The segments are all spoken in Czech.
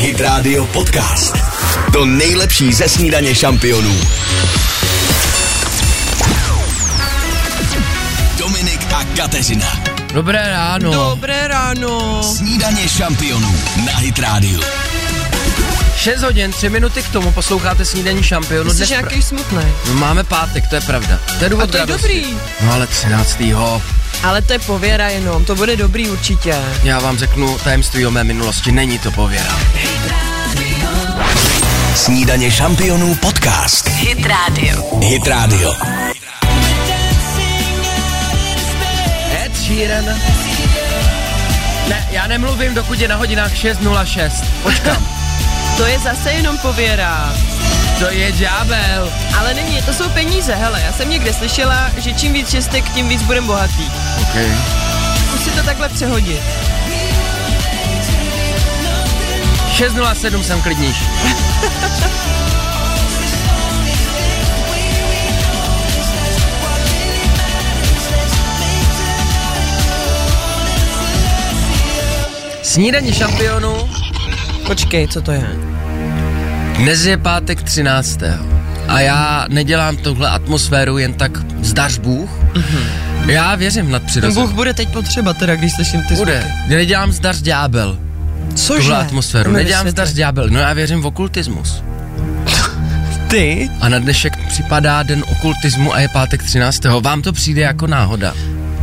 Hit Radio Podcast. To nejlepší ze snídaně šampionů. Dominik a Kateřina. Dobré ráno. Dobré ráno. Snídaně šampionů na Hit Radio. 6 hodin, 3 minuty k tomu posloucháte snídení šampionu. No, Jsi nějaký smutný. Máme pátek, to je pravda. To je A důvod to je radosti. dobrý. No ale 13. Ale to je pověra jenom, to bude dobrý určitě. Já vám řeknu tajemství o mé minulosti, není to pověra. Snídaně šampionů podcast. Hit Radio. Hit Radio. Ed Sheeran. Ne, já nemluvím, dokud je na hodinách 6.06. Počkám, To je zase jenom pověra. to je ďábel. Ale není, to jsou peníze, hele, já jsem někde slyšela, že čím víc šestek, tím víc budem bohatý. Okay. Zkus si to takhle přehodit. 6.07 jsem klidnější. Snídaní šampionů. Počkej, co to je? Dnes je pátek 13. A já nedělám tuhle atmosféru jen tak zdař Bůh. Já věřím v Ten nadpřirozenost. No Bůh bude teď potřeba teda, když slyším ty Bude. zvuky. Já nedělám zdař ďábel. Cože? Tuhle atmosféru. Mi Nedělám vysvětli. zdař ďábel. No já věřím v okultismus. Ty? A na dnešek připadá den okultismu a je pátek 13. Vám to přijde jako náhoda.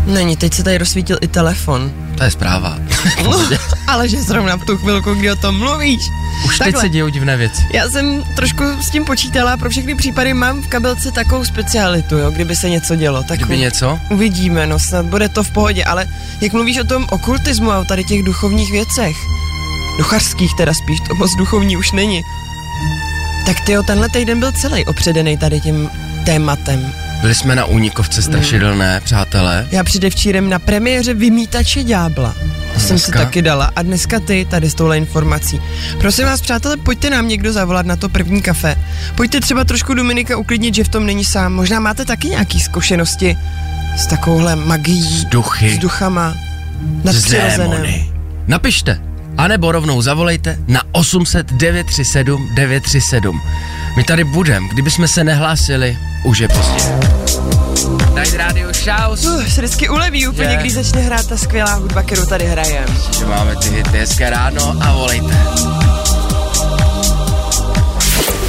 Není, teď se tady rozsvítil i telefon. To je zpráva. No, ale že zrovna v tu chvilku, kdy o tom mluvíš. Už teď Takhle. se dějou divné věci. Já jsem trošku s tím počítala, pro všechny případy mám v kabelce takovou specialitu, jo, kdyby se něco dělo. Tak Kdyby něco? uvidíme, no snad bude to v pohodě, ale jak mluvíš o tom okultismu a o tady těch duchovních věcech, duchařských teda spíš, to moc duchovní už není, tak ty tenhle týden byl celý opředený tady tím tématem. Byli jsme na únikovce strašidelné, přátelé. Já předevčírem na premiéře Vymítače ďábla. To jsem si Dneska? taky dala. A dneska ty tady s touhle informací. Prosím vás, přátelé, pojďte nám někdo zavolat na to první kafe. Pojďte třeba trošku Dominika uklidnit, že v tom není sám. Možná máte taky nějaké zkušenosti s takovouhle magií, S duchy. s duchama, S nadpřirozeném. démony. Napište. A nebo rovnou zavolejte na 800 937 937. My tady budem, kdyby jsme se nehlásili, už je pozdě. Night Radio Šaus. Uh, se vždycky uleví úplně, Je. když začne hrát ta skvělá hudba, kterou tady hrajem. Že máme ty hity, hezké ráno a volejte.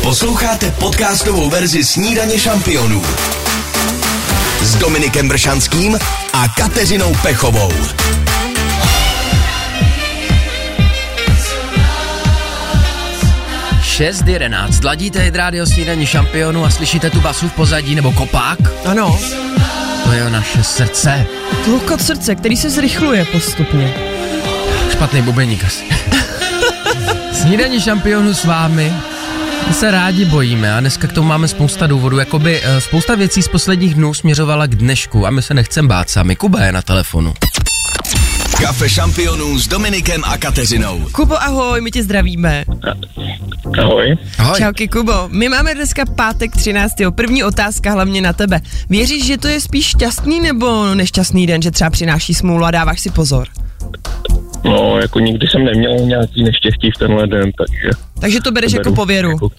Posloucháte podcastovou verzi Snídaně šampionů s Dominikem Bršanským a Kateřinou Pechovou. Šest 11. Ladíte Hit Radio snídaní šampionu a slyšíte tu basu v pozadí nebo kopák? Ano, To je naše srdce. tlukot srdce, který se zrychluje postupně. Špatný bubeník asi. Snídaní šampionu s vámi My se rádi bojíme a dneska k tomu máme spousta důvodů. Jakoby eh, spousta věcí z posledních dnů směřovala k dnešku a my se nechcem bát sami. Kuba je na telefonu. Kafe šampionů s Dominikem a Kateřinou. Kubo, ahoj, my tě zdravíme. Ahoj. Ahoj. Čauky Kubo, my máme dneska pátek 13. První otázka hlavně na tebe. Věříš, že to je spíš šťastný nebo nešťastný den, že třeba přináší smůlu a dáváš si pozor? No, jako nikdy jsem neměl nějaký neštěstí v tenhle den, takže... Takže to bereš to jako beru pověru. Jako,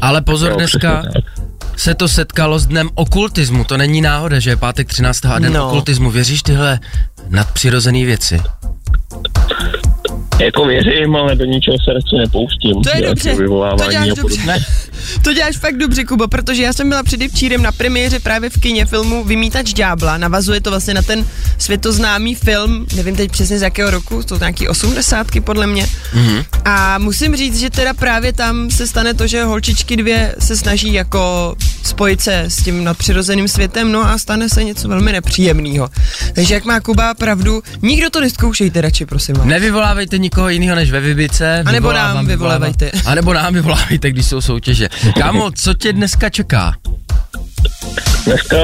Ale pozor, jo, dneska přesně tak. se to setkalo s dnem okultismu. To není náhoda, že je pátek 13. a den No. okultismu. Věříš tyhle nadpřirozené věci? jako věřím, ale do ničeho se radši nepouštím. To je Nějaké dobře, jako vyvolávání to děláš a podobně. dobře. To děláš fakt dobře, Kubo, protože já jsem byla předevčírem na premiéře právě v kině filmu Vymítač ďábla. Navazuje to vlastně na ten světoznámý film, nevím teď přesně z jakého roku, jsou to nějaký osmdesátky podle mě. Mhm. Mm-hmm. A musím říct, že teda právě tam se stane to, že holčičky dvě se snaží jako spojit se s tím nadpřirozeným světem, no a stane se něco velmi nepříjemného. Takže jak má Kuba pravdu, nikdo to neskoušejte radši, prosím vás. Nevyvolávejte nikoho jiného než ve vybice. A nebo Vyvolávám, nám vyvolávám. vyvolávejte. A nebo nám vyvolávejte, když jsou soutěže. Kámo, co tě dneska čeká? Dneska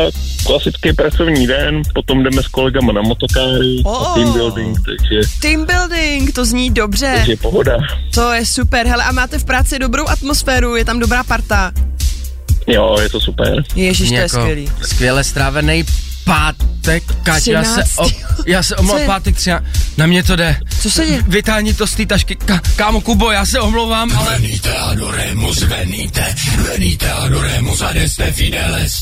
klasický pracovní den, potom jdeme s kolegama na motokáry Oh. a team building, takže, Team building, to zní dobře. takže pohoda. To je super, hele, a máte v práci dobrou atmosféru, je tam dobrá parta. Jo, je to super. Ježíš, to je Jako skvělý. Skvěle strávený pátek, Kaťa, já se, o, já se omlouvám, Co je? pátek třeba, na mě to jde. Co se děje? Vytáhni to z té tašky, Ka, kámo Kubo, já se omlouvám, ale... Venite adoremus, venite, venite adoremus adeste fideles.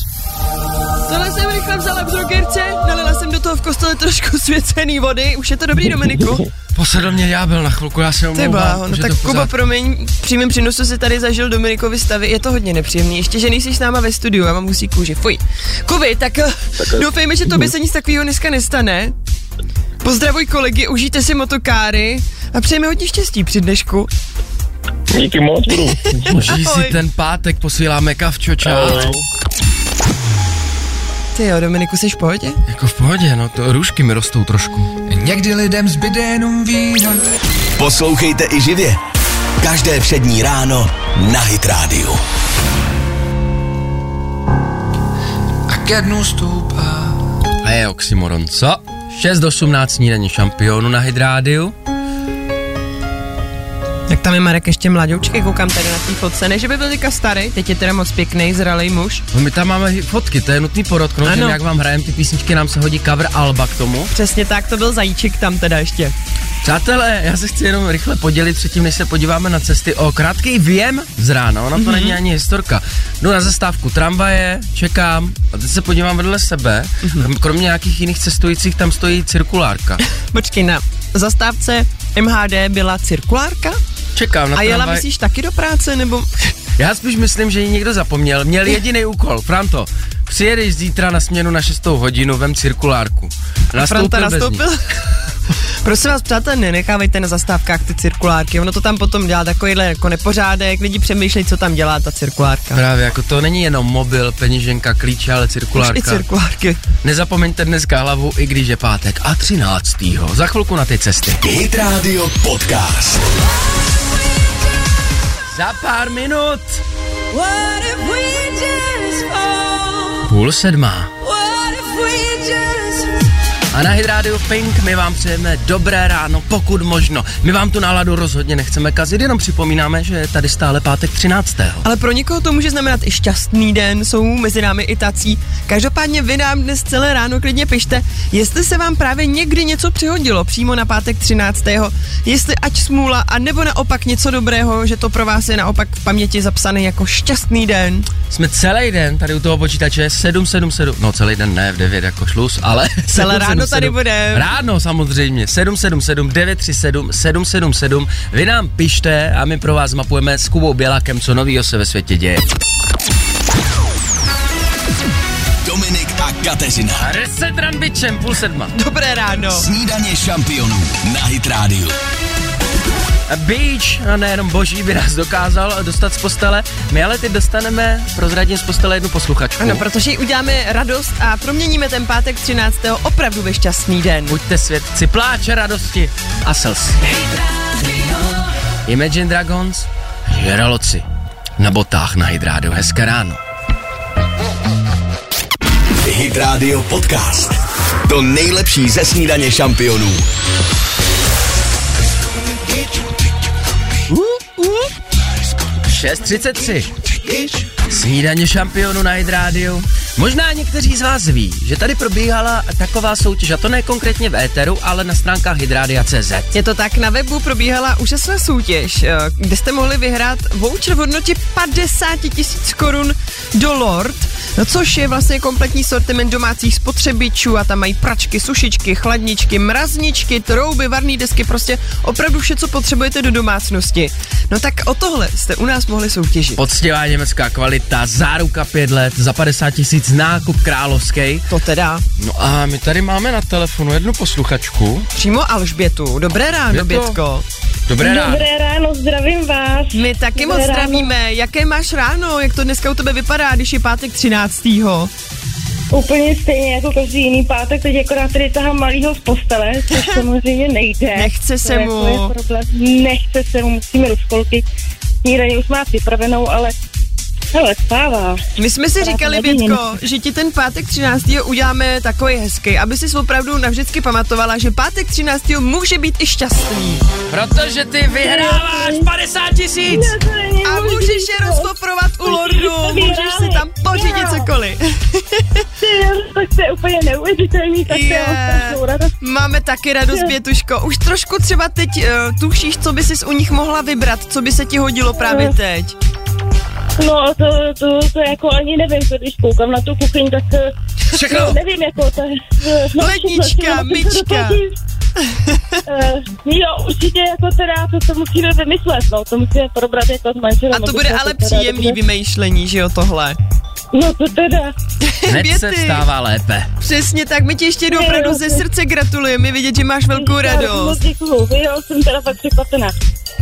Tohle jsem rychle vzala v drogerce, nalila jsem do toho v kostele trošku svěcený vody. Už je to dobrý, Dominiku? Posadl mě ďábel na chvilku, já se Ty omlouvám. bláho, už no je tak to v Kuba, pořádku. promiň, přímým přínosu si tady zažil Dominikovi stavy, je to hodně nepříjemný, ještě že nejsi s náma ve studiu, já mám husí kůži, fuj. Kuby, tak, tak doufejme, že tobě se nic takového dneska nestane. Pozdravuj kolegy, užijte si motokáry a přejeme hodně štěstí při dnešku. Díky moc, budu. Užij si Ahoj. ten pátek, posíláme kavčo, čau. Ty jo, Dominiku, jsi v pohodě? Jako v pohodě, no, to růžky mi rostou trošku. Někdy lidem zbyde jenom víno. Poslouchejte i živě. Každé přední ráno na Hit Radio. A ke dnu stoupá. A je oxymoron, co? 6 do 18 snídaní šampionu na Hydrádiu. Tak tam je Marek ještě mladoučky, koukám tady na té fotce, ne, že by byl teďka starý, teď je teda moc pěkný, zralý muž. No my tam máme hi- fotky, to je nutný podotknout, že Ano. jak vám hrajeme ty písničky, nám se hodí cover Alba k tomu. Přesně tak, to byl zajíček tam teda ještě. Přátelé, já se chci jenom rychle podělit předtím, než se podíváme na cesty o krátký věm z rána, ona to Mhm. mm-hmm. není ani historka. Jdu na zastávku tramvaje, čekám a teď se podívám vedle sebe, Mhm. mm-hmm. kromě nějakých jiných cestujících tam stojí cirkulárka. Počkej, na zastávce MHD byla cirkulárka? Čekám na A jela tramvaj. myslíš taky do práce, nebo Já spíš myslím, že ji někdo zapomněl. Měl jediný úkol. Franto, přijedeš zítra na směnu na 6 hodinu, vem cirkulárku. Nastoupil Franta bez ní. nastoupil? Prosím vás, přátelé, nenechávejte na zastávkách ty cirkulárky. Ono to tam potom dělá takovýhle jako nepořádek, lidi přemýšlejí, co tam dělá ta cirkulárka. Právě, jako to není jenom mobil, peněženka, klíče, ale Už i cirkulárka. cirkulárky. Nezapomeňte dneska hlavu, i když je pátek a 13. Za chvilku na ty cesty. Hit Radio Podcast. Za pár minut. Půl sedmá. A na Hydrádiu Pink my vám přejeme dobré ráno, pokud možno. My vám tu náladu rozhodně nechceme kazit, jenom připomínáme, že je tady stále pátek 13. Ale pro někoho to může znamenat i šťastný den, jsou mezi námi i tací. Každopádně vy nám dnes celé ráno klidně pište, jestli se vám právě někdy něco přihodilo přímo na pátek 13. Jestli ať smůla, a nebo naopak něco dobrého, že to pro vás je naopak v paměti zapsaný jako šťastný den. Jsme celý den tady u toho počítače 777, no celý den ne, v 9 jako šlus, ale... Celé ráno tady 777. bude. Ráno samozřejmě, 777 937 777, vy nám pište a my pro vás mapujeme s Kubou Bělákem, co novýho se ve světě děje. Dominik a Kateřina. Reset run bitchem, půl sedma. Dobré ráno. Snídaně šampionů na Hit Radio. Beach, a nejenom boží, by nás dokázal dostat z postele. My ale teď dostaneme, prozradím z postele jednu posluchačku. Ano, protože jí uděláme radost a proměníme ten pátek 13. opravdu ve šťastný den. Buďte svědci pláče, radosti a slz. Imagine Dragons, žraloci na botách na Hydrádu. Hezké ráno. Hit Radio Podcast. To nejlepší ze snídaně šampionů. Uh, uh. 6.33. Snídaně šampionu na Hydrádiu. Možná někteří z vás ví, že tady probíhala taková soutěž, a to ne konkrétně v éteru, ale na stránkách Hydrádia.cz. Je to tak, na webu probíhala úžasná soutěž, eh, kde jste mohli vyhrát voucher v hodnotě 50 tisíc korun do Lord, no což je vlastně kompletní sortiment domácích spotřebičů a tam mají pračky, sušičky, chladničky, mrazničky, trouby, varné desky, prostě opravdu vše, co potřebujete do domácnosti. No tak o tohle jste u nás mohli soutěžit. Poctivá německá kvalita, záruka 5 let, za 50 tisíc nákup královský. To teda No a my tady máme na telefonu jednu posluchačku. přímo Alžbětu. Dobré ráno, Alžběto. Bětko. Dobré ráno. Dobré ráno, zdravím vás. My taky Dobré moc ráno. zdravíme. Jaké máš ráno? Jak to dneska u tebe vypadá, když je pátek 13. Úplně stejně jako každý jiný pátek, teď akorát tady tahám malýho z postele, což samozřejmě nejde. Nechce se To je- to je mu. problém. Nechce se mu, musíme do školky. Snídaně už má připravenou, ale Hele, spává. My jsme si říkali, nevím. Bětko, že ti ten pátek 13. uděláme takový hezký, aby si opravdu navždycky pamatovala, že pátek 13. může být i šťastný. Protože ty vyhráváš 50 tisíc! A můžeš je rozpoprovat u Lordu, můžeš si tam pořídit cokoliv. Tak to je úplně neuvěřitelný, tak to Je. je strašnou radost. Máme taky radost, Bětuško. Už trošku třeba teď uh, tušíš, co by si u nich mohla vybrat, co by se ti hodilo právě teď. No, to, to, to jako ani nevím, to, když koukám na tu kuchyň, tak eh, Všechno! nevím, jako to je... eh, no, No. Lednička, všechno, všechno, co myčka. dopadí. Eh, jo, určitě jako teda to, to musíme vymyslet, no, to musíme probrat jako s manželem. A to aby bude jsme ale teda příjemný dobře- vymýšlení, že jo, tohle. No to teda, Hned se Běty. vstává lépe. Přesně tak, my ti ještě jednou opravdu ze srdce gratulujeme, vidět, že máš velkou Moc radost. děkuju, jo, jsem teda fakt překvapená.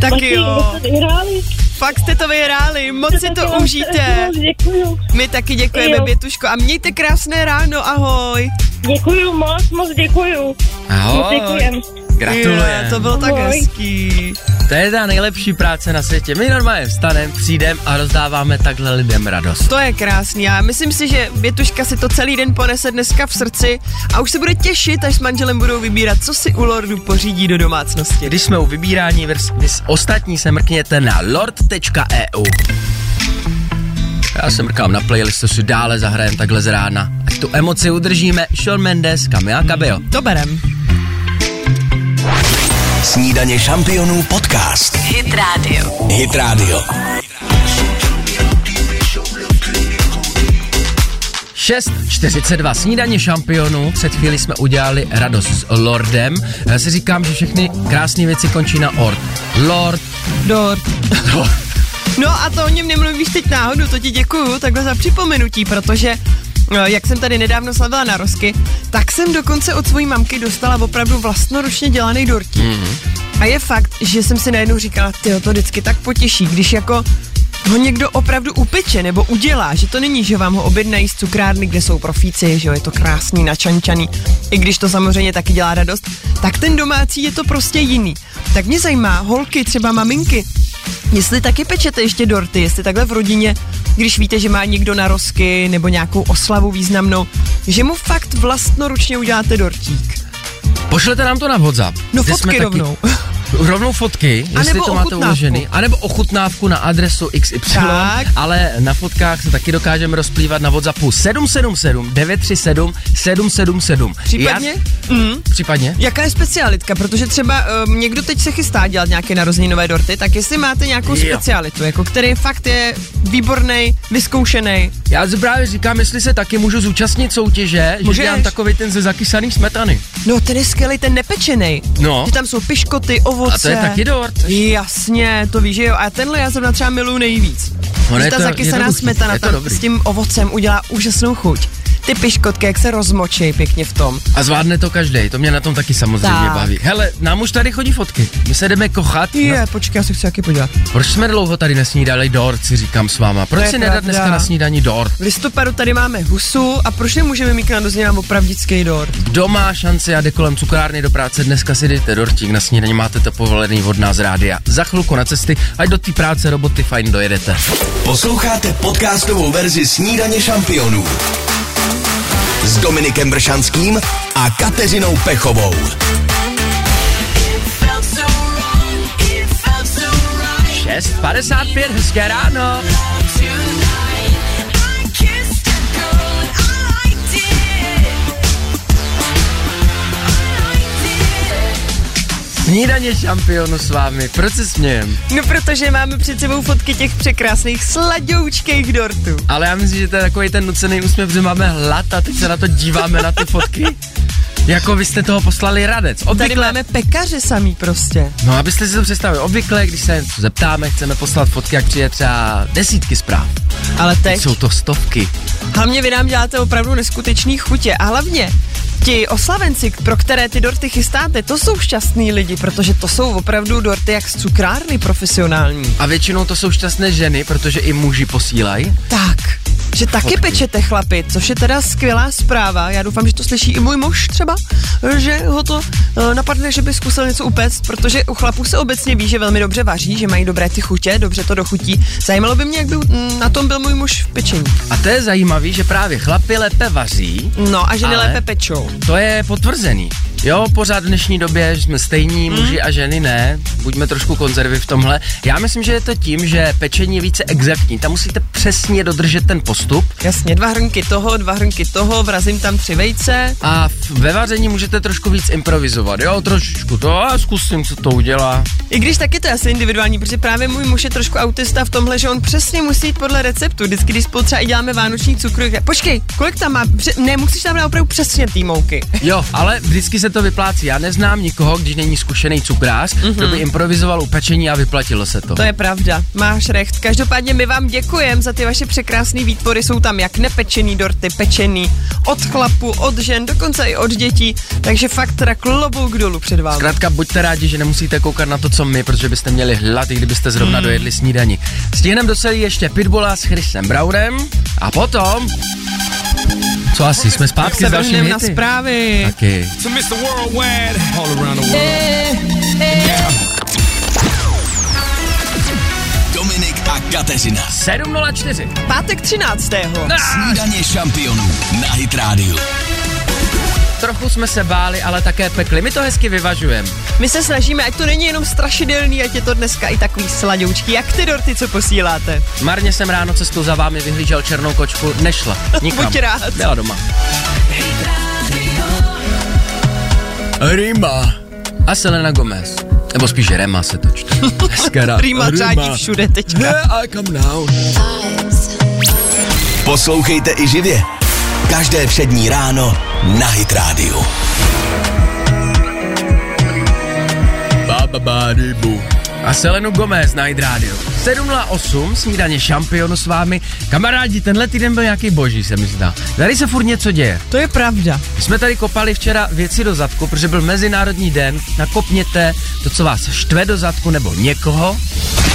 Tak Martin, jo, vy jste vyhráli? fakt jste to vyhráli, moc si Tak to já vám strašně užijte. moc Děkuju, My taky děkujeme, Jo. Bětuško, a mějte krásné ráno, ahoj. děkuju moc, moc děkuju. Moc Ahoj, děkujem. gratulujem. Jo, to bylo tak Ahoj. hezký. To je ta nejlepší práce na světě. My normálně vstaneme, přijdeme a rozdáváme takhle lidem radost. To je krásný. Já myslím si, že Bětuška si to celý den ponese dneska v srdci a už se bude těšit, až s manželem budou vybírat, co si u Lordu pořídí do domácnosti. Když jsme u vybírání, vers- vy s- ostatní se mrkněte na lord.eu. Já se mrkám na playlist, to si dále zahrajem takhle z rána. Ať tu emoci udržíme, Sean Mendes, Camila Cabello. To berem. Snídaně šampionů podcast. Hit Radio. Hit Radio. 6.42 snídaně šampionů. Před chvíli jsme udělali radost s Lordem. Já si říkám, že všechny krásné věci končí na ord. Lord, Dort. No a to o něm nemluvíš teď náhodou, to ti děkuju takhle za připomenutí, protože no, jak jsem tady nedávno slavila na rozky, tak jsem dokonce od svojí mamky dostala opravdu vlastnoručně dělaný dortík. Mm-hmm. A je fakt, že jsem si najednou říkala, ty to vždycky tak potěší, když jako ho někdo opravdu upeče nebo udělá, že to není, že vám ho objednají z cukrárny, kde jsou profíci, že jo, je to krásný, načančaný, i když to samozřejmě taky dělá radost, tak ten domácí je to prostě jiný. Tak mě zajímá, holky, třeba maminky, Jestli taky pečete ještě dorty, jestli takhle v rodině, když víte, že má někdo na rozky nebo nějakou oslavu významnou, že mu fakt vlastnoručně uděláte dortík. pošlete nám to na WhatsApp. No Ty jsme fotky rovnou. Rovnou fotky, jestli nebo to máte ochutnávku. uložený. A nebo ochutnávku na adresu XY, Tak. ale na fotkách se taky dokážeme rozplývat na WhatsAppu 777 937 777. Případně? Já, mm. Případně? Jaká je specialitka? Protože třeba um, někdo teď se chystá dělat nějaké narozeninové dorty, tak jestli máte nějakou Jo. specialitu, jako který fakt je výborný, vyzkoušený. Já si právě říkám, jestli se taky můžu zúčastnit soutěže, Můžeš. Můžeš. že dělám takový ten ze zakysaný smetany. No ten je skvělý, ten nepečený. No. Ty tam jsou piškoty, ovoce. A to je taky dort. Jasně, to víš, že jo. A tenhle já zrovna třeba miluju nejvíc. Ono Že je ta to zakysaná jednoduchý, smetana je to tam dobrý. s tím ovocem udělá úžasnou chuť. Ty piškotky, jak se rozmočí pěkně v tom. A zvládne to každý, to mě na tom taky samozřejmě Tak. baví. Hele, nám už tady chodí fotky. My se jdeme kochat. Je, No, no. počkej, já se chci taky podívat. proč jsme dlouho tady nesnídali dort, si říkám s váma. To Proč je si nedat pravda. dneska na snídani dort? V listopadu tady máme husu a proč nemůžeme mít k narozeninám opravdický dort? Kdo má šanci a jde kolem cukrárny do práce, dneska si dejte dortík na snídaní, máte to povolený od nás rádia. Za chvilku na cesty, ať do té práce roboty fajn dojedete. Posloucháte podcastovou verzi Snídaně šampionů s Dominikem Bršanským a Kateřinou Pechovou. Felt so wrong, it felt so right 6.55, hezké ráno. tonight. I kissed a girl and I liked it. I liked it. Snídaně šampionu s vámi, proč se smějem? No protože máme před sebou fotky těch překrásných sladoučkých dortů. Ale já myslím, že to je takový ten nucený úsměv, že máme hlad a teď se na to díváme na ty fotky. Jako vy jste toho poslali radec. Tady Obvykle, máme pekaře samý prostě. no abyste si to představili, obvykle, když se něco zeptáme, chceme poslat fotky, jak přijde třeba desítky zpráv. Ale teď... Jsou to stovky. Hlavně vy nám děláte opravdu neskutečný chutě a hlavně ti oslavenci, pro které ty dorty chystáte, to jsou šťastní lidi, protože to jsou opravdu dorty jak z cukrárny profesionální. A většinou to jsou šťastné ženy, protože i muži posílají. Tak, že taky pečete chlapi, což je teda skvělá zpráva. Já doufám, že to slyší i můj muž třeba, že ho to eh, napadne, že by zkusil něco upéct, protože u chlapů se obecně ví, že velmi dobře vaří, že mají dobré ty chutě, dobře to dochutí. Zajímalo by mě, jak by mm, na tom byl můj muž v pečení. A to je zajímavý, že právě chlapi lépe vaří, No a že Ale- nejlépe pečou. to je potvrzený. Jo, pořád v dnešní době že jsme stejní, muži a ženy ne, buďme trošku konzervy v tomhle. Já myslím, že je to tím, že pečení je více exaktní, tam musíte přesně dodržet ten postup, Jasně, dva hrnky toho, dva hrnky toho, vrazím tam tři vejce. A v- ve vaření můžete trošku víc improvizovat, jo, trošičku to, a zkusím, co to udělá. I když taky to je asi individuální, protože právě můj muž je trošku autista v tomhle, že on přesně musí jít podle receptu. Vždycky, když spolu třeba i děláme vánoční cukru, tak- počkej, kolik tam má? Pře- ne, musíš tam dát opravdu přesně ty mouky. Jo, ale vždycky se to vyplácí. Já neznám nikoho, když není zkušený cukrář, mm-hmm. kdo by improvizoval u pečení a vyplatilo se to. To je pravda, máš recht. Každopádně my vám děkujeme za ty vaše překrásné výtvory. Jsou tam jak nepečený dorty, pečený od chlapů, od žen, dokonce i od dětí. Takže fakt teda klobouk dolů před vámi. Zkrátka, buďte rádi, že nemusíte koukat na to, co my, protože byste měli hlad, i kdybyste zrovna Hmm. mm. dojedli snídani. Stihneme do celý ještě Pitbulla s Chrisem Brownem a potom... Co asi, jsme zpátky s Se dalšími vrhneme na hity. zprávy. Taky. Dominik a Kateřina. 7.04. Pátek 13. Snídaně šampionů na Hit Radio. Trochu jsme se báli, ale také pekli. My to hezky vyvažujeme. My se snažíme, ať to není jenom strašidelný, ať je to dneska i takový sladoučký, jak ty dorty, co posíláte. Marně jsem ráno cestou za vámi vyhlížel černou kočku, nešla. Nikam. Buď rád. Byla doma. Rima. A Selena Gomez. Nebo spíš Rema se to čte. Skara. Prýma řádí všude teďka. I come now. Poslouchejte i živě. Každé přední ráno na Hit Radio. Ba, ba, ba, di, bu. A Selenu Gomez na Hit Radio. 708, snídaně šampionu s vámi. Kamarádi, tenhle týden byl nějaký boží, se mi zdá. Tady se furt něco děje. To je pravda. My jsme tady kopali včera věci do zadku, protože byl Mezinárodní den. Nakopněte to, co vás štve do zadku nebo někoho.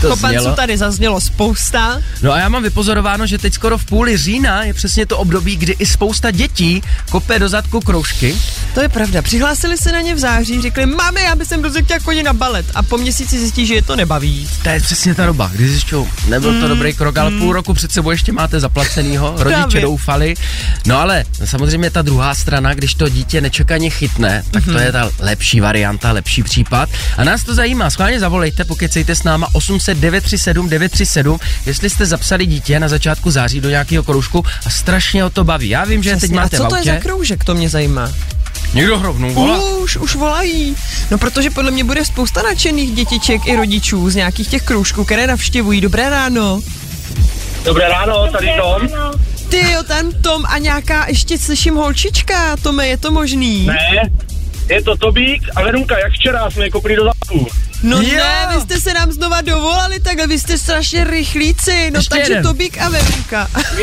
to Kopanců znělo. tady zaznělo spousta. No a já mám vypozorováno, že teď skoro v půli října je přesně to období, kdy i spousta dětí kope do zadku kroužky. To je pravda. Přihlásili se na ně v září, řekli, máme, já bych sem do chtěl chodit na balet. A po měsíci zjistí, že je to nebaví. To je přesně ta doba, kdy zjišťou, nebyl Mm. to dobrý krok, ale půl roku před sebou ještě máte zaplacenýho, rodiče Právě. doufali. No ale samozřejmě ta druhá strana, když to dítě nečekaně chytne, tak Mhm. to je ta lepší varianta, lepší případ. A nás to zajímá, schválně zavolejte, pokecejte s náma 800 937 937, jestli jste zapsali dítě na začátku září do nějakého kroužku a strašně ho to baví. Já vím, že teď a máte co v to je za autě. kroužek, to mě zajímá. Někdo hrovnou volá. Už, už volají. No protože podle mě bude spousta nadšených dětiček i rodičů z nějakých těch kroužků, které navštěvují. Dobré ráno. Dobré ráno, tady Tom. Ty jo, tam Tom a nějaká ještě slyším holčička, Tome, je to možný? Ne, je to Tobík a Verunka, jak včera jsme je kopli do zadku. No Jo. ne, vy jste se nám znova dovolali takhle, vy jste strašně rychlíci, no Ještě takže jeden. Tobík a Verunka. My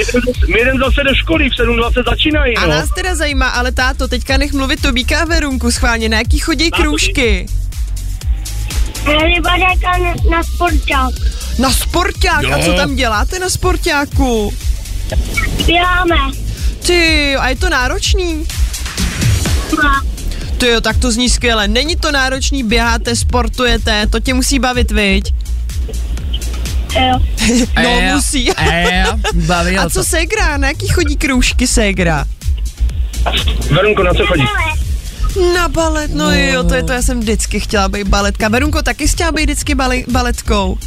jdem, my jdem zase do školy, v 7.20 začínají, A no. nás teda zajímá, ale táto, teďka nech mluvit Tobíka a Verunku schválně, na jaký chodí Táto, kroužky? Rybarek a na, na sporták. Na sporták, a co Jo. tam děláte na sportáku? Běháme. Ty, jo, a je to náročný? No, Ty jo, tak to zní skvěle, není to náročný, běháte, sportujete, to tě musí bavit, viď? jo. No Eh, musí. eh, baví ho A to. co Segra, na jaký chodí kroužky Segra? Verunko, na co chodí? Na balet, no, jo, to je to, já jsem vždycky chtěla být baletka. Verunko, taky jsi chtěla být vždycky bali, baletkou.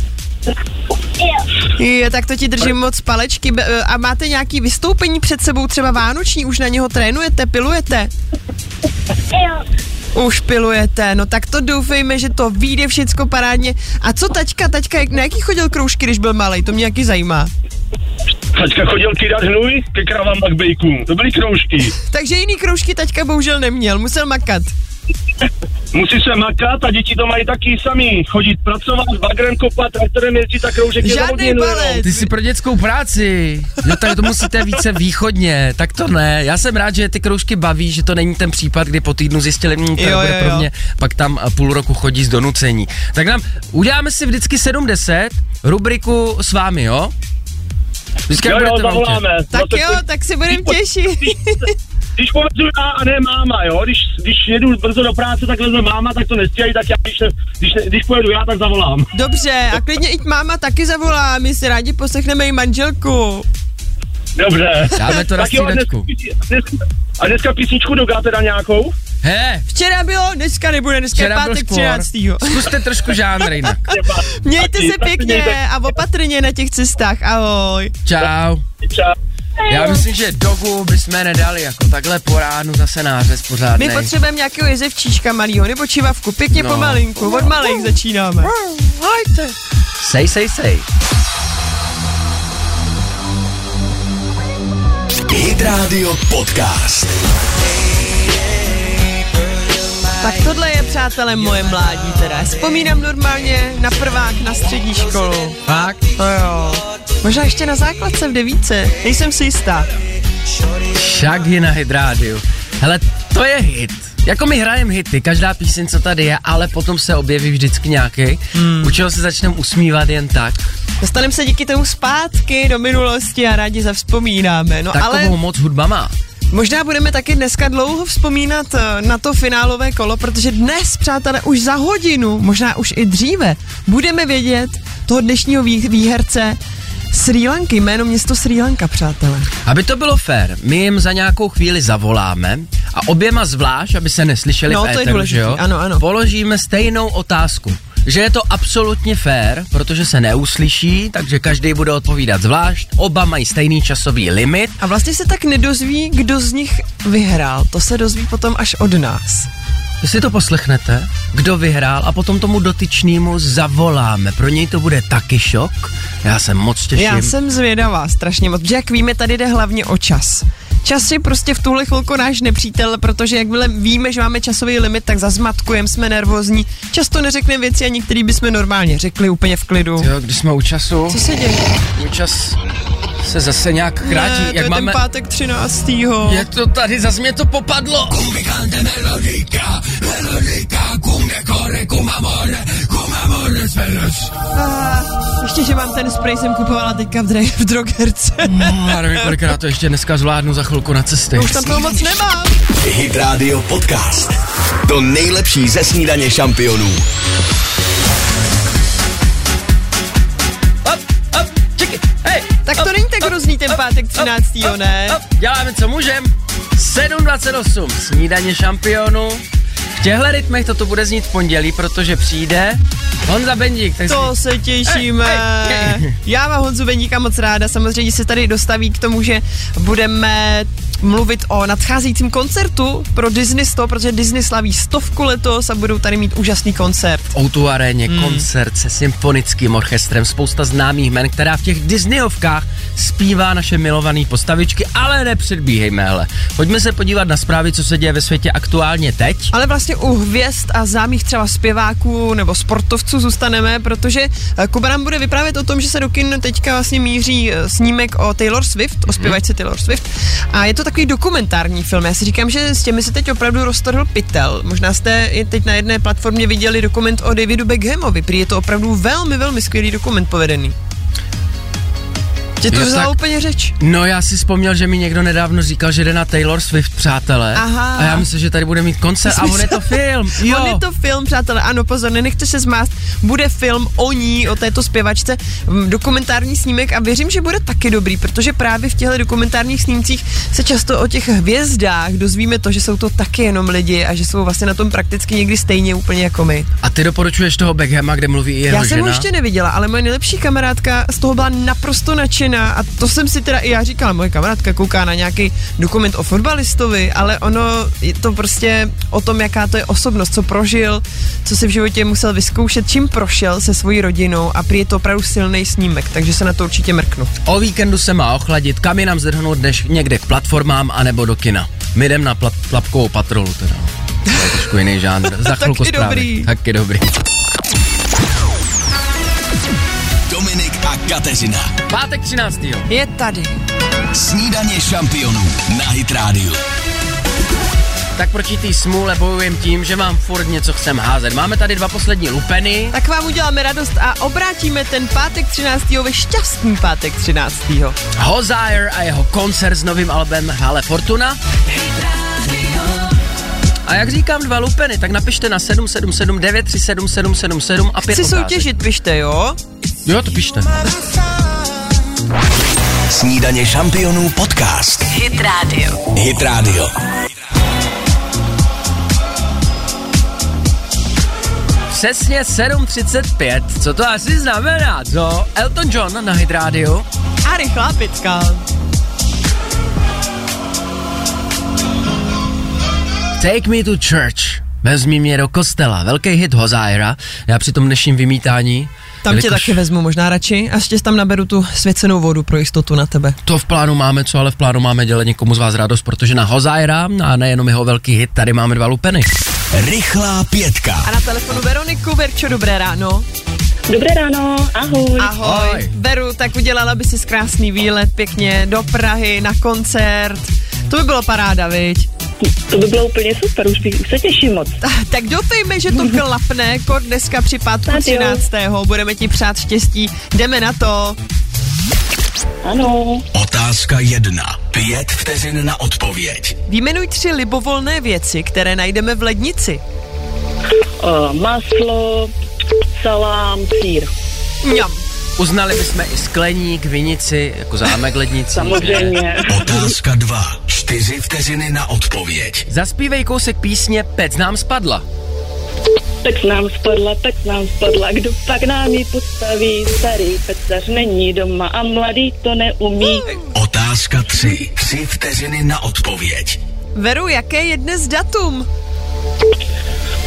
Jo. Je, tak to ti držím moc palečky. Be- eh, A máte nějaký vystoupení před sebou, třeba vánoční, už na něho trénujete, pilujete? Jo. Už pilujete, no tak to doufejme, že to vyjde všecko parádně. A co taťka, taťka, jak, na jaký chodil kroužky, když byl malý? To mě jaký zajímá. Tačka chodil kydat hnůj ke kravám a k bejkům. To byly kroužky. Takže jiný kroužky taťka bohužel neměl, musel makat. Musí se makat a děti to mají taky sami. Chodit pracovat, bagrem kopat, traktorem jezdit a kroužek je Žádný zavodněno jenom. balet. Ty jsi pro dětskou práci. Jo, tak to musíte více východně, tak to ne. Já jsem rád, že ty kroužky baví, že to není ten případ, kdy po týdnu zjistili, mě, to Jo, bude jo, pro jo. mě, pak tam a, půl roku chodí z donucení. Tak nám uděláme si vždycky 70 rubriku s vámi, jo? Vždycky Jo, jak jo, budete v autě. zavoláme. Tak to- jo, tak se budem pojď. těšit. Když povezu já a ne máma, jo, když, když jedu brzo do práce, tak vezme máma, tak to nestíhají, tak já, když, ne, když, ne, když pojedu já, tak zavolám. Dobře, a klidně i máma taky zavolá, my si rádi poslechneme její manželku. Dobře. Dáme to na Tak jo, a dneska, střídačku. dneska, a dneska písničku doká teda nějakou? He, Včera bylo, dneska nebude, dneska včera je byl pátek skvor. 13. Zkuste trošku žánr jinak. Třeba. Mějte Taky, se taky mějte. pěkně a opatrně na těch cestách, ahoj. Čau. Čau. Já myslím, že dogu bychom nedali jako takhle po ránu zase nářez My pořádnej. potřebujeme nějakého jezevčíška malýho nebo čivavku, pěkně No. no. pomalinku, od malých začínáme. Hajte. Sej, sej, sej. Hit Radio Podcast. Tak tohle je, přátelé, moje mládí teda. Vzpomínám normálně na prvák, na střední školu. Fakt? To jo. Možná ještě na základce v devíce, nejsem si jistá. Však je na hit rádiu. Hele, to je hit. Jako my hrajeme hity, každá píseň, co tady je, ale potom se objeví vždycky nějaký, hmm. u čeho se začneme usmívat jen tak. Dostaneme se díky tomu zpátky do minulosti a rádi zavzpomínáme. No Takovou ale ale... moc hudba má. možná budeme taky dneska dlouho vzpomínat eh, na to finálové kolo, protože dnes, přátelé, už za hodinu, možná už i dříve, budeme vědět toho dnešního vý- výherce Sri Lanky, jméno město Sri Lanka, přátelé. Aby to bylo fér, my jim za nějakou chvíli zavoláme a oběma zvlášť, aby se neslyšeli No, v to je éteru, důležitý, že jo? ano, ano. Položíme stejnou otázku. Že je to absolutně fér, protože se neuslyší, takže každý bude odpovídat zvlášť. Oba mají stejný časový limit. A vlastně se tak nedozví, kdo z nich vyhrál. To se dozví potom až od nás. Vy si to poslechnete, kdo vyhrál a potom tomu dotyčnému zavoláme. Pro něj to bude taky šok. Já se moc těším. Já jsem zvědavá strašně moc, protože jak víme, tady jde hlavně o čas. Čas je prostě v tuhle chvilku náš nepřítel, protože jakmile víme, že máme časový limit, tak zazmatkujeme, jsme nervózní. Často neřekneme věci a některý bychom normálně řekli úplně v klidu. Jo, když jsme u času, Co se děje? tím čas se zase nějak krátí. ne, to jak je máme... ten pátek 13. Je to tady, zas mě to popadlo. Ah, ještě, že mám ten spray, jsem kupovala teďka v, dre- v drogerce. Hm, Já nevím, kolikrát to ještě dneska zvládnu za chvilku na cesty. No Už tam toho moc nemám. Hit Radio Podcast. To nejlepší ze snídaně šampionů. Up, up, čeky, hej. Tak to není tak hrozný ten pátek 13. ne? Up, děláme, co můžem. 7.28, snídaně šampionu. V těchto rytmech toto bude znít v pondělí, protože přijde Honza Bendík. Tak To se těšíme. Ej, ej, ej. Já mám Honzu Beníka moc ráda. Samozřejmě se tady dostaví k tomu, že budeme mluvit o nadcházejícím koncertu pro Disney 100, protože Disney slaví stovku letos a budou tady mít úžasný koncert. v O2 aréně hmm. koncert se symfonickým orchestrem, spousta známých men, která v těch Disneyovkách zpívá naše milované postavičky, ale nepředbíhejme, hele. Pojďme se podívat na zprávy, co se děje ve světě aktuálně teď. Ale vlastně u hvězd a známých třeba zpěváků nebo sportovců zůstaneme, protože eh, Kuba nám bude vyprávět o tom, že se do kin teďka vlastně míří eh, snímek o Taylor Swift, o zpěvačce Taylor Swift. A je to takový dokumentární film. Já si říkám, že s těmi se teď opravdu roztrhl pytel. Možná jste i teď na jedné platformě viděli dokument o Davidu Beckhamovi. Prý je to opravdu velmi, velmi skvělý dokument povedený. Tě to Jo, vzalo tak- úplně řeč. No já si vzpomněl, že mi někdo nedávno říkal, že jde na Taylor Swift, přátelé. Aha. A já myslím, že tady bude mít koncert a on je to film. Jo. On je to film, přátelé, ano, pozor, nenechte se zmást, bude film o ní, o této zpěvačce, mm, dokumentární snímek a věřím, že bude taky dobrý, protože právě v těchto dokumentárních snímcích se často o těch hvězdách dozvíme to, že jsou to taky jenom lidi a že jsou vlastně na tom prakticky někdy stejně úplně jako my. A ty doporučuješ toho Beckhama, kde mluví i jeho já jsem žena? ho ještě neviděla, ale moje nejlepší kamarádka z toho byla naprosto nadšená a to jsem si teda i já říkala, moje kamarádka kouká na nějaký dokument o fotbalistovi, ale ono je to prostě o tom, jaká to je osobnost, co prožil, co si v životě musel vyzkoušet, čím prošel se svojí rodinou a prý je to opravdu silný snímek, takže se na to určitě mrknu. O víkendu se má ochladit, kam jinam zdrhnout, než někde k platformám anebo do kina. My jdem na plat, tlapkovou patrolu teda. To je trošku jiný žánr. Za chvilku Taky zprávy. dobrý. Taky dobrý. Dominik a Kateřina. Pátek 13. Je tady. Snídaně šampionů na Hit Radio. tak proti té smůle bojujem tím, že mám furt něco chcem házet. Máme tady dva poslední lupeny. Tak vám uděláme radost a obrátíme ten pátek 13. ve šťastný pátek 13. Hozire a jeho koncert s novým albem Hale Fortuna. A jak říkám dva lupeny, tak napište na 777 937 777 a pět Chci otázek. soutěžit, pište, jo? Jo, to pište. Snídaně šampionů podcast. Hit Radio. Hit Radio. Přesně 7.35, co to asi znamená, co? Elton John na Hit Radio. A rychlá picka. Take me to church. Vezmi mě do kostela, velký hit Hozaira. Já při tom dnešním vymítání, Tam tě jelikož taky vezmu možná radši, až tě tam naberu tu svěcenou vodu pro jistotu na tebe. to v plánu máme, co ale v plánu máme dělat někomu z vás radost, protože na Hozaira no a nejenom jeho velký hit, tady máme dva lupeny. Rychlá pětka. A na telefonu Veroniku, Verčo, dobré ráno. Dobré ráno, ahoj. Ahoj. Ahoj. Veru, tak udělala by si krásný výlet pěkně do Prahy na koncert. To by bylo paráda, viď? Hm, To by bylo úplně super, už, bych- už se těším moc. Ta- Tak doufejme, že to klapne, kor dneska při pátku Tak jo. 13. Budeme ti přát štěstí. Jdeme na to. Ano, Otázka jedna. Pět vteřin na odpověď. Vyjmenuj tři libovolné věci, které najdeme v lednici. uh, maslo, salám, sír. Mňam. Uznali bychom i skleník, vinici, jako zámek lednicí. Samozřejmě. Otázka dva. Čtyři vteřiny na odpověď. Zaspívej kousek písně Pec nám spadla. Pec nám spadla, pec nám spadla, kdo pak nám ji postaví? Starý pecař není doma a mladý to neumí. Otázka tři. Tři vteřiny na odpověď. Veru, jaké je dnes datum?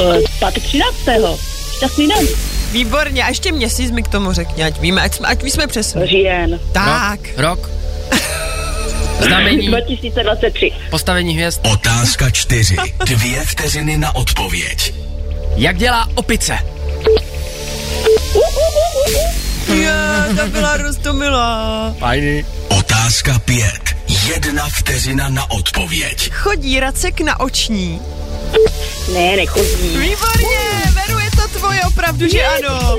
Uh, pátek 13. Šťastný den. Výborně, a ještě měsíc mi k tomu řekni, ať víme, ať jsme, ať my jsme přesní. Říjen. Tak, Rok. Znamení, 2023. postavení hvězd. Otázka čtyři. Dvě vteřiny na odpověď. Jak dělá opice? je, ta byla roztomilá. Fajný. Otázka pět. Jedna vteřina na odpověď. Chodí racek na oční. Ne, nechodí. Výborně, Veru, je to tvoje opravdu, že ano.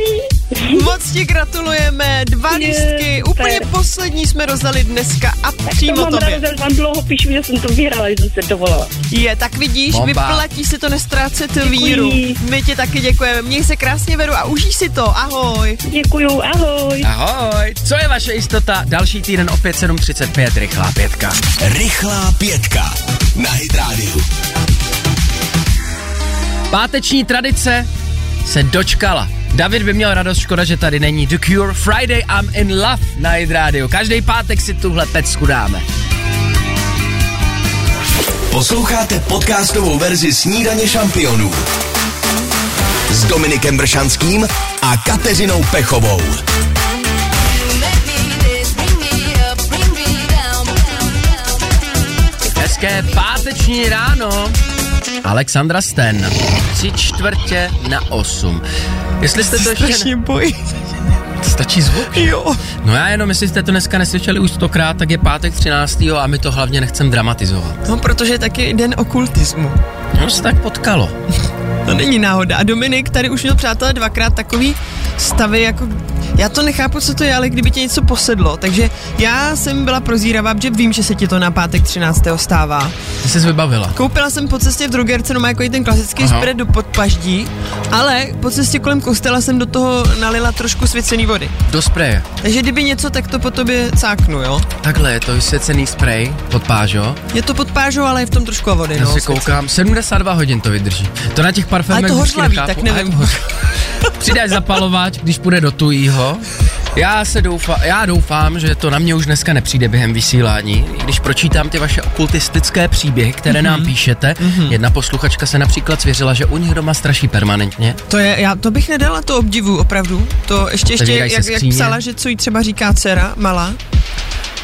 Moc ti gratulujeme, dva Je, lístky, úplně super. poslední jsme rozdali dneska a To přímo mám tobě. ráda, vám dlouho píšu, že jsem to vyhrála, že jsem se dovolala. Je, tak vidíš, Bomba. vyplatí se to nestrácet víru. My ti taky děkujeme, měj se krásně, Veru, a užij si to, ahoj. Děkuju, ahoj. Ahoj. Co je vaše jistota? Další týden opět 7.35, rychlá pětka. Rychlá pětka. Na Hit Radio. Páteční tradice se dočkala. David by měl radost, škoda, že tady není. The Cure, Friday I'm in love na Hit Radio. Každý pátek si tuhle pecku dáme. Posloucháte podcastovou verzi Snídaně šampionů s Dominikem Bršanským a Kateřinou Pechovou. Hezké páteční ráno. Alexandra Sten. Tři čtvrtě na osm. Jestli jste to ještě... Ne... bojí. Stačí zvuk? Jo. No já jenom, jestli jste to dneska neslyšeli už stokrát, tak je pátek 13. a my to hlavně nechcem dramatizovat. No, protože je taky den okultismu. No se tak potkalo. To No není náhoda. A Dominik tady už měl přátelé dvakrát takový stavy, jako já to nechápu, co to je, ale kdyby tě něco posedlo. Takže já jsem byla prozíravá, protože vím, že se ti to na pátek 13. stává. Ty jsi vybavila. Koupila jsem po cestě v drogerce, no má jako i ten klasický Aha. Aha. spread do podpaždí, ale po cestě kolem kostela jsem do toho nalila trošku svěcený vody. Do spreje. Takže kdyby něco, tak to po tobě cáknu, jo? Takhle je to vysvěcený sprej pod pážo. Je to pod pážou, ale je v tom trošku vody, Já no. si koukám, 72 hodin to vydrží. To na těch parfémech Ale to vždycky hořlavý, nechápu. tak nevím. Ale to- Přidáš zapalovač, když půjde do tujího. Já se doufám, já doufám, že to na mě už dneska nepřijde během vysílání, i když pročítám ty vaše okultistické příběhy, které mm-hmm. Mhm. nám píšete. Mm-hmm. Jedna posluchačka se například svěřila, že u nich doma straší permanentně. To je, já to bych nedala, to obdivu, opravdu. To ještě, ještě Otevírají se jak, jak, skříně. psala, že co jí třeba říká dcera, malá.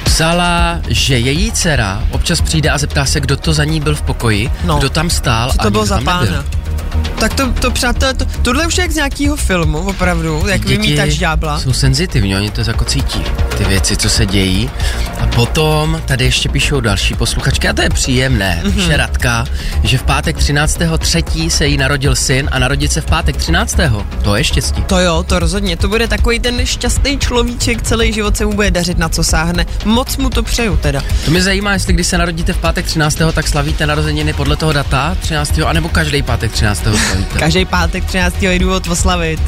Psala, že její dcera občas přijde a zeptá se, kdo to za ní byl v pokoji, No. kdo tam stál Co a to bylo nikdo za tam nebyl. pána? Tak to, to přátelé, to, tohle už je jak z nějakého filmu, opravdu, jak Děti vymítač ďábla. jsou senzitivní, oni to jako cítí, ty věci, co se dějí. A potom tady ještě píšou další posluchačky, a to je příjemné, mm-hmm. píše Radka, že v pátek 13.3. se jí narodil syn a narodit se v pátek 13. To je štěstí. To jo, to rozhodně. To bude takový ten šťastný človíček, celý život se mu bude dařit, na co sáhne. Moc mu to přeju teda. To mě zajímá, jestli když se narodíte v pátek 13., tak slavíte narozeniny podle toho data 13., anebo každý pátek 13. slavíte. Každý pátek 13. jdu od oslavit.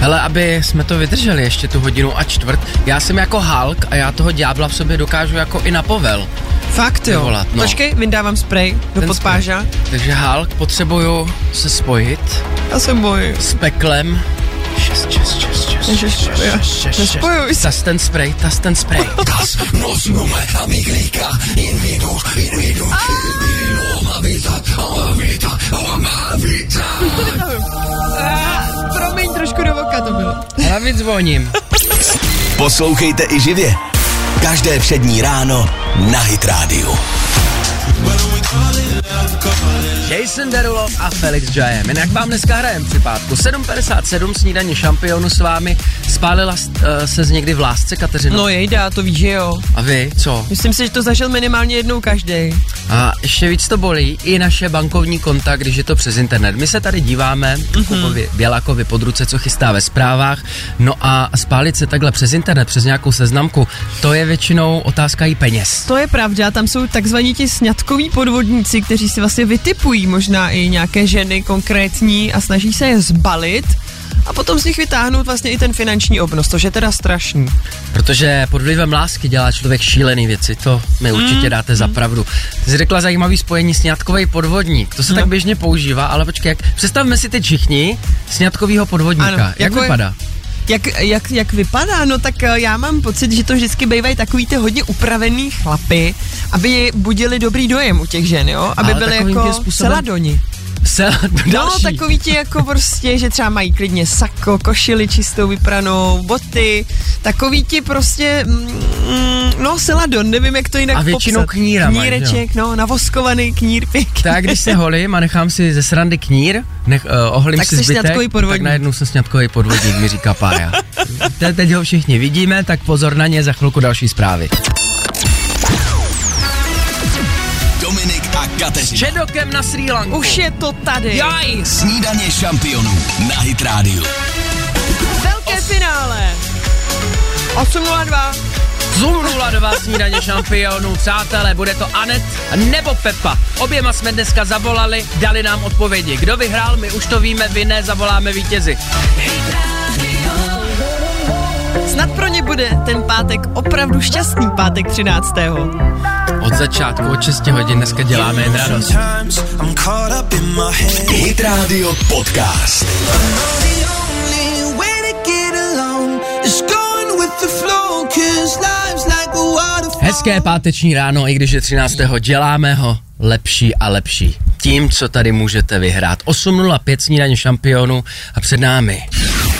Hele, aby jsme to vydrželi ještě tu hodinu a čtvrt, já jsem jako Hulk a já toho ďábla v sobě dokážu jako i na povel. Fakt jo. Vyvolat, no. Počkej, vyndávám sprej do Ten podpáža. spoj. Takže Hulk, potřebuju se spojit Já se bojím. s peklem. Šest, šest, šest, šest, šest, Ježiš, šest, jo. šest, šest, šest. Nespojuj se. Tas ten spray, tas ten spray. Das Nussnummer Amiglika Invidu Invidu Invidu Amavita Amavita Amavita Ah, Promiň, trošku do oka to bylo. Já víc zvoním. Poslouchejte i živě Každé přední ráno na Hit Radio Jason Derulo a Felix Jajem. Jinak vám dneska hrajem při pátku. 7.57 snídaně šampionu s vámi. Spálila uh, se z někdy v lásce, Kateřino? No jejda, to víš, že jo. A vy, co? Myslím si, že to zažil minimálně jednou každý. A ještě víc to bolí i naše bankovní konta, když je to přes internet. My se tady díváme Mhm. mm-hmm. Bělákovi pod ruce, co chystá ve zprávách. No a spálit se takhle přes internet, přes nějakou seznamku, to je většinou otázka i peněz. To je pravda, tam jsou takzvaní ti sňatkoví podvodníci, kteří si vlastně vytipují možná i nějaké ženy konkrétní a snaží se je zbalit a potom z nich vytáhnout vlastně i ten finanční obnos, což je teda strašný. Protože pod vlivem lásky dělá člověk šílený věci, to mi Mhm. určitě dáte za pravdu. Ty jsi řekla zajímavý spojení sňatkový podvodník. No. To se tak běžně používá, ale počkej, jak... představme si teď všichni sňatkovýho podvodníka. Ano, jak jako je- vypadá? Jak, jak, jak vypadá? No tak eh, já mám pocit, že to vždycky bývají takový ty hodně upravený chlapy, aby je budili dobrý dojem u těch žen, jo? Aby Ale byly takovým jako tím způsobem- celadoni. Se, další. No, takový ti jako prostě, že třeba mají klidně sako, košili čistou vypranou, boty, takový ti prostě, mm, no seladon, nevím, jak to jinak A většinou popsat. kníra mají, Kníreček, no, navoskovaný knír pěkný. Tak, když se holím a nechám si ze srandy knír, nech, uh, oholím Tak si jsi zbytek, sňatkový podvodník. tak najednou jsem sňatkový podvodník, mi říká pája. Te, teď ho všichni vidíme, tak pozor na ně, za chvilku další zprávy. Dominik a Kateřina Čedokem na Sri Lanku. Už je to tady. Jaj! Snídaně šampionů na Hit Radio Velké finále. 8.02. Zumrula do vás snídaně šampionů, přátelé, bude to Anet nebo Pepa. Oběma jsme dneska zavolali, dali nám odpovědi. Kdo vyhrál, my už to víme, vy ne, zavoláme vítězi. Snad pro ně bude ten pátek opravdu šťastný pátek 13. Od začátku, od 6 hodin dneska děláme jen radost. Hit Radio Podcast Hezké páteční ráno, i když je 13. děláme ho lepší a lepší. Tím, co tady můžete vyhrát. 8.05 snídaně šampionu a před námi.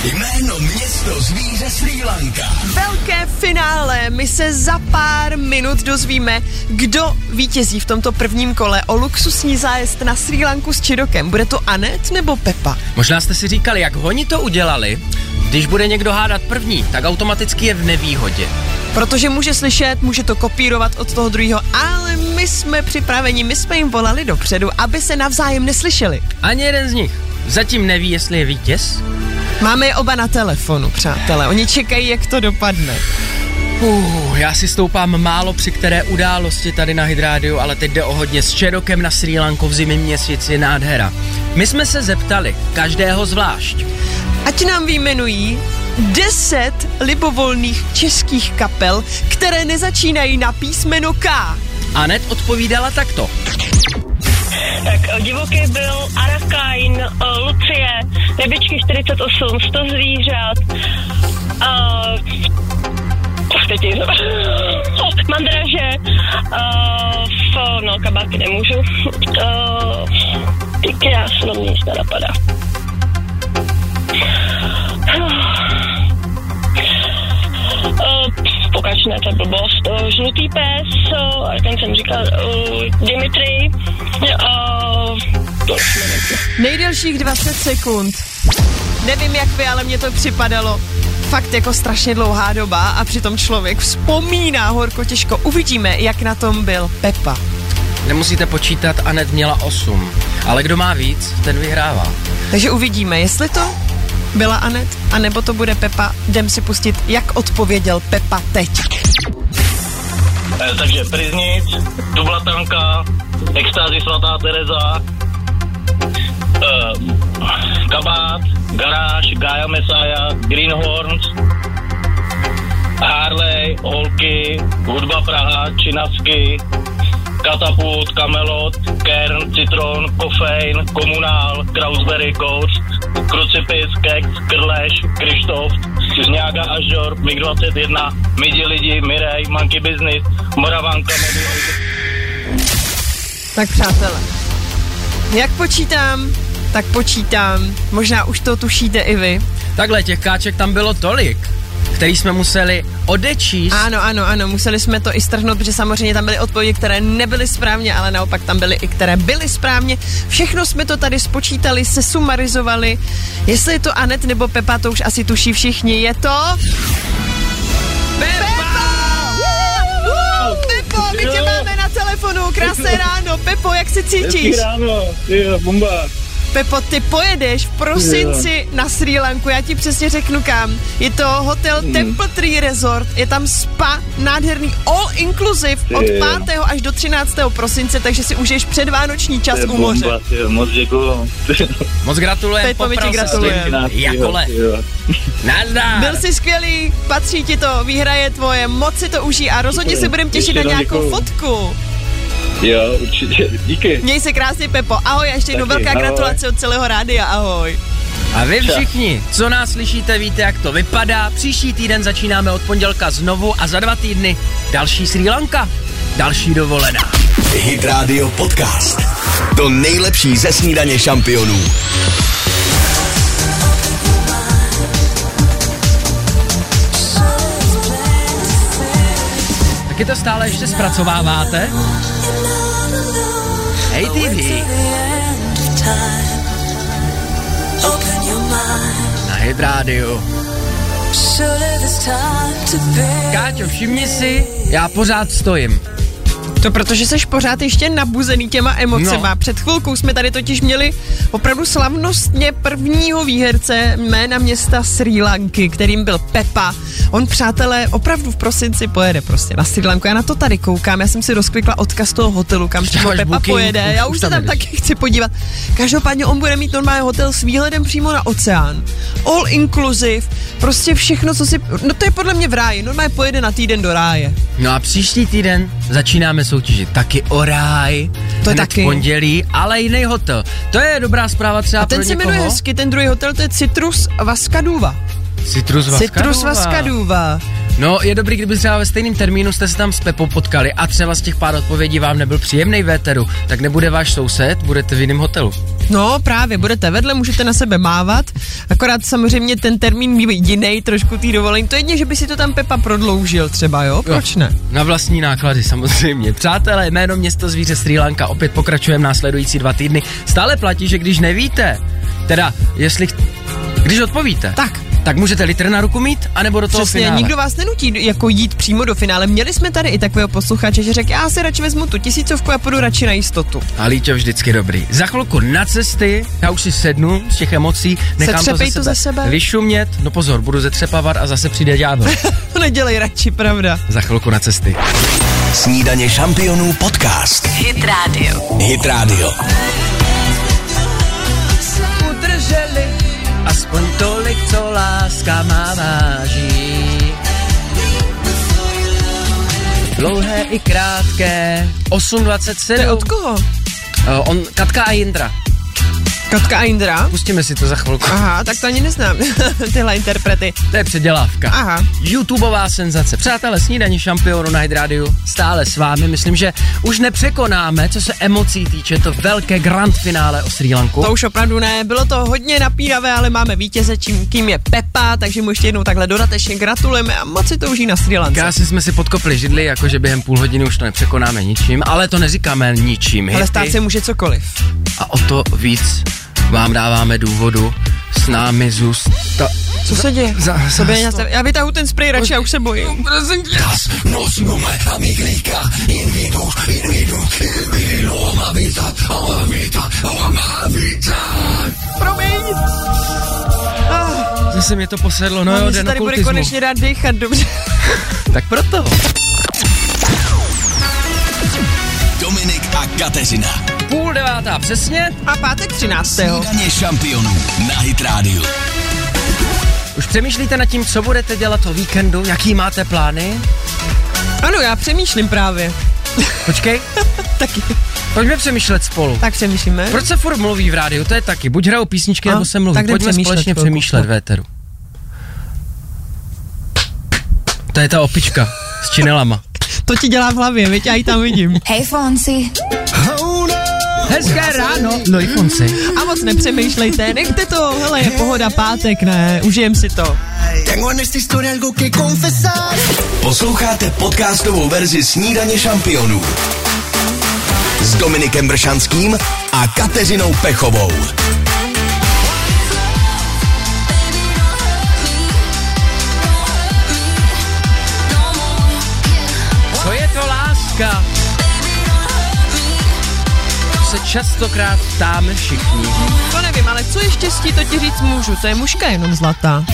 Jméno město zvíře Sri Lanka Velké finále. My se za pár minut dozvíme, kdo vítězí v tomto prvním kole o luxusní zájezd na Sri Lanku s Čirokem. Bude to Anet nebo Pepa? Možná jste si říkali, jak oni to udělali, když bude někdo hádat první, tak automaticky je v nevýhodě. Protože může slyšet, může to kopírovat od toho druhého, ale my jsme připraveni, my jsme jim volali dopředu, aby se navzájem neslyšeli. Ani jeden z nich zatím neví, jestli je vítěz. Máme je oba na telefonu, přátelé. Oni čekají, jak to dopadne. Uh, já si stoupám málo při které události tady na Hydrádiu, ale teď jde o hodně s Čerokem na Sri Lanku v zimním měsíci nádhera. My jsme se zeptali, každého zvlášť. Ať nám vyjmenují 10 libovolných českých kapel, které nezačínají na písmeno K. Anet odpovídala takto. Tak eh, divoký byl Arakain, Lucie, Rybičky 48, 100 zvířat, uh, teď je mandraže, uh, f, no kabáky nemůžu, uh, ty krásno, mě nic nenapadá. Uh, Pokač ne, to je blbost. Uh, žlutý eh, pes, uh, ale ten jsem říkal, uh, Dimitri, uh, Nejdelších 20 sekund. Nevím jak vy, ale mně to připadalo fakt jako strašně dlouhá doba a přitom člověk vzpomíná horko těžko. Uvidíme, jak na tom byl Pepa. Nemusíte počítat, Anet měla 8. Ale kdo má víc, ten vyhrává. Takže uvidíme, jestli to byla Anet, anebo to bude Pepa. Jdem si pustit, jak odpověděl Pepa teď. Eh, takže Priznic, Dublatanka, Extázy svatá Tereza, eh, Kabát, Garáž, Gaia Messiah, Greenhorns, Harley, Holky, Hudba Praha, Činavsky, Katapult, Kamelot, Kern, Citron, Kofein, Komunál, Krausberry Coast, Krucipis, Kex, Krleš, Krištof, Žňága a Žor, MiG-21, Midi lidi, Mirej, Monkey Business, Moravanka, Mobil, Tak přátelé, jak počítám, tak počítám. Možná už to tušíte i vy. Takhle těch káček tam bylo tolik, který jsme museli odečíst. Ano, ano, ano, museli jsme to i strhnout, protože samozřejmě tam byly odpovědi, které nebyly správně, ale naopak tam byly i které byly správně. Všechno jsme to tady spočítali, sesumarizovali. Jestli je to Anet nebo Pepa, to už asi tuší všichni. Je to... Pepa! Woo! Pepo, my tě Jo. máme na telefonu, krásné ráno. Pepo, jak se Hezký cítíš? ráno, jo, bomba. Pepo, ty pojedeš v prosinci na Sri Lanku, já ti přesně řeknu kam. Je to hotel Mhm. Temple Tree Resort, je tam spa, nádherný all inclusive od Ty jo. 5. až do 13. prosince, takže si užiješ předvánoční čas To je u moře. bomba, ty jo, moc děkuju. Moc gratulujeme, Pepo, my ti popral ses gratulujeme. ty. Jakole, Ty jo. nazdar. Byl jsi skvělý, patří ti to, výhra je tvoje, moc si to užij a rozhodně Děkuju. se budem těšit Mm. Ještě na jednou nějakou děkuju. fotku. Jo, určitě, díky. Měj se krásně, Pepo. Ahoj a ještě jednou Taky, velká ahoj. gratulace od celého rádia. Ahoj. A vy všichni, co nás slyšíte, víte, jak to vypadá. Příští týden začínáme od pondělka znovu a za dva týdny další Sri Lanka, další dovolená. Hit Radio Podcast. To nejlepší ze snídaně šampionů. Taky to stále ještě zpracováváte? Hej TV Open your mind. na Hit Radio. Surely there's time to bend. Káťo, všimni si, já pořád stojím. To protože seš pořád ještě nabuzený těma emocema. No. No. Před chvilkou jsme tady totiž měli opravdu slavnostně prvního výherce jména města Sri Lanky, kterým byl Pepa. On, přátelé, opravdu v prosinci pojede prostě na Sri Lanku. Já na to tady koukám, já jsem si rozklikla odkaz toho hotelu, kam přímo máš Pepa booking, pojede. už- já už už se tam tam jedeš. taky chci podívat. Každopádně on bude mít normální hotel s výhledem přímo na oceán. All inclusive, prostě všechno, co si... No to je podle mě v ráji, normálně pojede na týden do ráje. No a příští týden začínáme soutěžit taky o ráj. To je hned v taky. pondělí, ale jiný hotel. To je dobrá zpráva třeba A ten pro se někoho. jmenuje hezky, ten druhý hotel, to je Citrus Vaskaduva. Citrus Vaskaduva. Citrus Vaskaduva. No, je dobrý, kdyby třeba ve stejném termínu jste se tam s Pepou potkali a třeba z těch pár odpovědí vám nebyl příjemný véteru, tak nebude váš soused, budete v jiném hotelu. No právě, budete vedle, můžete na sebe mávat, akorát samozřejmě ten termín byl jiný trošku tý dovolení. To jedně, že by si to tam Pepa prodloužil třeba, jo? Proč ne? Na vlastní náklady samozřejmě. Přátelé, jméno město zvíře Sri Lanka opět pokračujeme následující dva týdny. Stále platí, že když nevíte, teda jestli, ch- když odpovíte, Tak. tak můžete litr na ruku mít, anebo do toho Přesně, finále. nikdo vás nenutí jako jít přímo do finále. Měli jsme tady i takového posluchače, že řekl, já si radši vezmu tu tisícovku a půjdu radši na jistotu. A Líťo vždycky dobrý. Za chvilku na cesty, já už si sednu z těch emocí, nechám to ze, Setřepej to sebe ze sebe. vyšumět, no pozor, budu zetřepavat a zase přijde ďábel. To nedělej radši, pravda. Za chvilku na cesty. Snídaně šampionů podcast. Hit Radio. Hit Radio. Udrželi aspoň tolik, co láska má váží. Dlouhé i krátké. To je 8.27. od koho? Eh, On, Katka a Jindra. Katka a Indra. Pustíme si to za chvilku. Aha, tak to ani neznám, tyhle interprety. To je předělávka. Aha. YouTubeová senzace. Přátelé, snídaní šampionu na Hit Radio stále s vámi. Myslím, že už nepřekonáme, co se emocí týče, to velké grand finále o Sri Lanku. To už opravdu ne, bylo to hodně napíravé, ale máme vítěze, čím kým je Pepa, takže mu ještě jednou takhle dodatečně gratulujeme a moc si to uží na Sri Lance. Krásně jsme si podkopli židli, jakože během půl hodiny už to nepřekonáme ničím, ale to neříkáme ničím. Ale hity. stát se může cokoliv. A o to víc vám dáváme důvodu s námi zůstat. Co se děje? za- Sobě za- No, já, se, já vytahu ten sprej radši, já už se bojím. Promiň. Ah, Zase mě to posedlo, no no, jo, se den tady bude okultismu. konečně dát dýchat, dobře. Tak proto. Dominik a Kateřina. Půl devátá přesně, A pátek 13. Daně šampionů na Hit Radio. Už přemýšlíte nad tím, co budete dělat o víkendu, jaký máte plány? Ano, já přemýšlím právě. Počkej, Taky. pojďme přemýšlet spolu. Tak přemýšlíme. Proč se furt mluví v rádiu? To je taky. Buď hrajou písničky, A, nebo se mluví. tak jdem Pojďme přemýšlet společně chvilku. přemýšlet No. v éteru. To je ta opička s činelama. To ti dělá v hlavě, věď, já ji tam vidím. Hej Fonci. Hezké ráno, No, Loj Fonsi. A moc nepřemýšlejte, nechte to, hele, je pohoda pátek, ne, užijem si to. Posloucháte podcastovou verzi Snídaně šampionů s Dominikem Bršanským a Kateřinou Pechovou. Co je to láska? To Se častokrát ptáme všichni. To nevím, ale co je štěstí, to ti říct můžu, to je mužka jenom zlatá.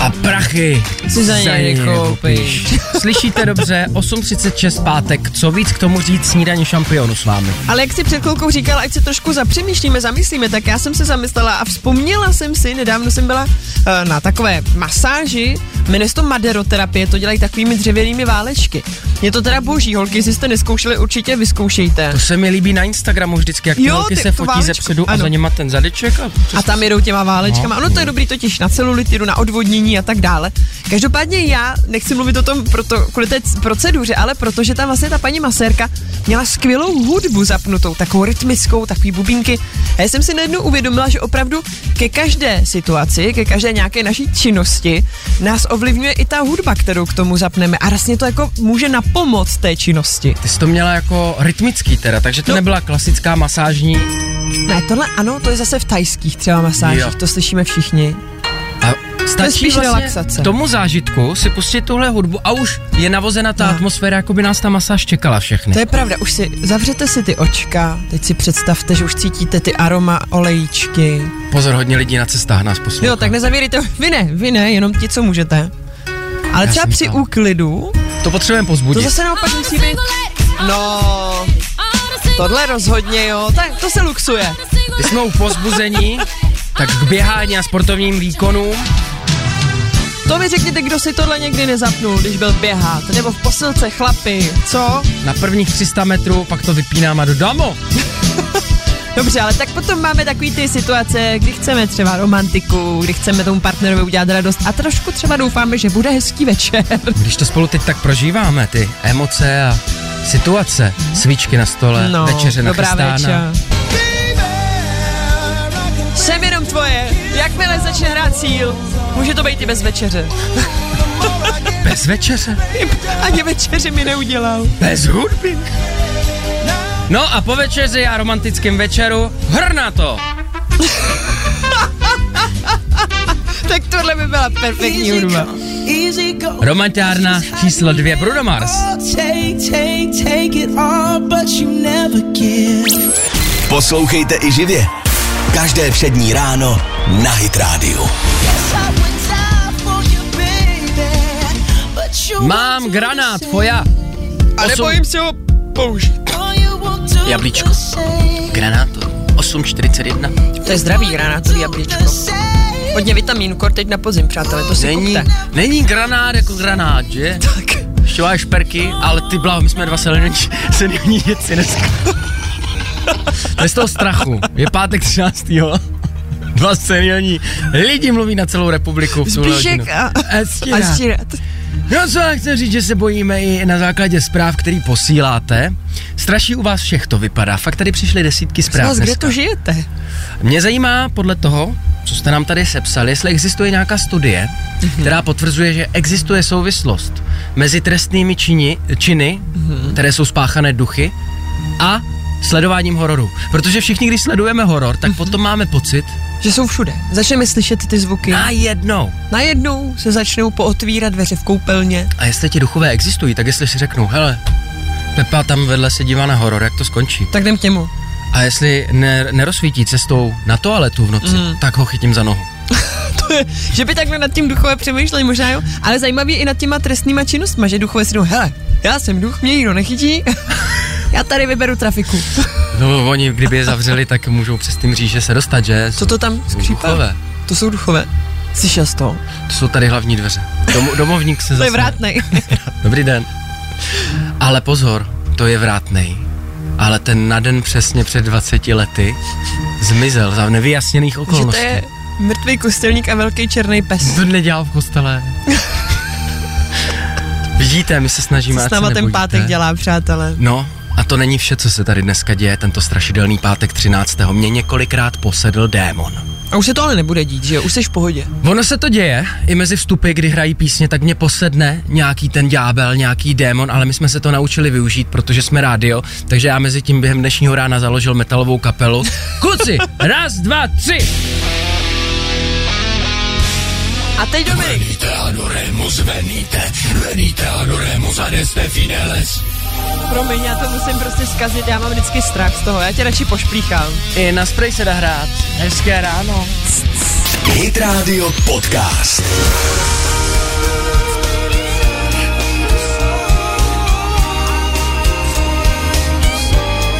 A prachy Si za ně nekoupíš. Slyšíte dobře, 8.36 pátek, co víc k tomu říct snídaní šampionu s vámi. Ale jak si před chvilkou říkala, ať se trošku zapřemýšlíme, zamyslíme, tak já jsem se zamyslela a vzpomněla jsem si, nedávno jsem byla eh, na takové masáži, jmenuje se to maderoterapie, to dělají takovými dřevěnými válečky. Je to teda boží, holky, jestli jste neskoušeli, určitě vyzkoušejte. To se mi líbí na Instagramu vždycky, jak ty Jo, holky ty- se tu fotí ze válečku, předu a ano. za něma ten zadeček. A, A tam jedou těma válečkama. Ano, to je dobrý totiž na celulitidu, na odvodnění a tak dále. Každopádně já nechci mluvit o tom proto, kvůli té c- proceduře, ale protože tam vlastně ta paní masérka měla skvělou hudbu zapnutou, takovou rytmickou, takový bubínky. A já jsem si najednou uvědomila, že opravdu ke každé situaci, ke každé nějaké naší činnosti nás ovlivňuje i ta hudba, kterou k tomu zapneme. A vlastně to jako může na pomoc té činnosti. Ty jsi to měla jako rytmický teda, takže to No. nebyla klasická masážní. Ne, tohle ano, to je zase v tajských třeba masážích, Jo. to slyšíme všichni. A spíš stačí vlastně relaxace. k tomu zážitku si pustit tuhle hudbu a už je navozena ta No. atmosféra, jako by nás ta masáž čekala všechny. To je pravda, už si zavřete si ty očka, teď si představte, že už cítíte ty aroma olejíčky. Pozor, hodně lidí na cestách nás poslouchá. Jo, tak nezavírejte, vy ne, vy ne, jenom ti, co můžete. Ale Já třeba jsem při tam. úklidu, To potřebujeme to pozbudit. zase naopak musí být, no, Ah, tohle rozhodně jo, tak to se luxuje. Když jsme u pozbuzení, tak k běhání a sportovním výkonům. To mi řekněte, kdo si tohle někdy nezapnul, když byl běhat, nebo v posilce chlapy, co? Na prvních 300 metrů pak to vypínám a dodamo. Dobře, ale tak potom máme takový ty situace, kdy chceme třeba romantiku, kdy chceme tomu partnerovi udělat radost a trošku třeba doufáme, že bude hezký večer. Když to spolu teď tak prožíváme, ty emoce a situace, svíčky na stole, No, večeře dobrá nachystána. večer. Jsem jenom tvoje. Jakmile začne hrát cíl, může to být i bez večeře. Bez večeře, Ani večeři mi neudělal. bez hudby. No a po večeři a romantickém večeru hrna to. Tak tohle by byla perfektní hudba. Romantárna číslo dvě Bruno Mars. Oh, Poslouchejte i živě. Každé přední ráno na Hit Radio. Mám granát, foja. A nebojím se ho použít. Oh, Jablíčko. Granátu. 8.41. To je zdravý granátový jablíčko. Hodně vitamínu, kor teď na podzim, přátelé, to si Není, kupte. není granát jako granát, že? Tak. Šťová šperky, ale ty blaho, my jsme dva seniorní, seniorní děci dneska. To je z toho strachu. Je pátek 13. Dva seriální lidi mluví na celou republiku. v tuhle Zbíšek hodinu. a, Estina. a Štírat. No co, já chci říct, že se bojíme i na základě zpráv, který posíláte. Straší u vás všech to vypadá. Fakt tady přišly desítky Z zpráv. vás, kde dneska. to žijete? Mě zajímá podle toho, co jste nám tady sepsali, jestli existuje nějaká studie, která potvrzuje, že existuje souvislost mezi trestnými čini, činy, které jsou spáchané duchy, a sledováním hororu. Protože všichni, když sledujeme horor, tak potom máme pocit, Že jsou všude. Začneme slyšet ty zvuky. najednou. Najednou se začnou pootvírat dveře v koupelně. A jestli ti duchové existují, tak jestli si řeknou, hele, Pepa tam vedle se dívá na horor, jak to skončí. Tak jdem k němu. A jestli ne, nerozsvítí cestou na toaletu v noci, mm. tak ho chytím za nohu. To je, že by takhle nad tím duchové přemýšleli, možná jo. Ale zajímavý je i nad těma trestnýma činnostma, že duchové si jdou, hele, já jsem duch, mě nikdo nechytí. Já tady vyberu trafiku. No, oni, kdyby je zavřeli, tak můžou přes tím říže se dostat, že? Co to tam skřípá? Duchové. To jsou duchové. Slyšel z toho? To jsou tady hlavní dveře. Domo, domovník se To je zase. vrátnej. Dobrý den. Ale pozor, to je vrátnej. Ale ten na den přesně před 20 lety zmizel za nevyjasněných že to okolností. je mrtvý kostelník a velký černý pes. To nedělal v kostele. Vidíte, my se snažíme, Co s ať se náma ten nebojíte. pátek dělá, přátelé? No, a to není vše, co se tady dneska děje, tento strašidelný pátek 13. Mě několikrát posedl démon. A už se to ale nebude dít, že jo? Už jsi v pohodě. Ono se to děje, i mezi vstupy, kdy hrají písně, tak mě posedne nějaký ten ďábel, nějaký démon, ale my jsme se to naučili využít, protože jsme rádio, takže já mezi tím během dnešního rána založil metalovou kapelu. Kluci, raz, dva, tři! A teď Dominik. Promiň, já to musím prostě zkazit, já mám vždycky strach z toho, já tě radši pošplíchám. I na spray se dá hrát. Hezké ráno. Hit Radio Podcast.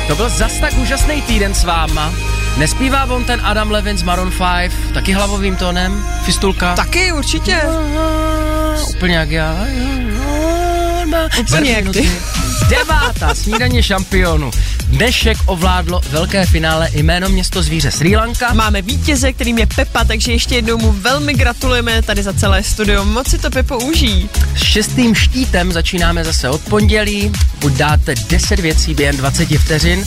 To byl zas tak úžasný týden s váma. Nespívá on ten Adam Levin z Maroon 5, taky hlavovým tónem, fistulka. Taky určitě. Úplně jak já. Úplně jak ty. Devátá snídaně šampionu. Dnešek ovládlo velké finále jméno město zvíře Sri Lanka. Máme vítěze, kterým je Pepa, takže ještě jednou mu velmi gratulujeme tady za celé studio. Moc si to Pepo užij. S šestým štítem začínáme zase od pondělí. Buď dáte 10 věcí během 20 vteřin.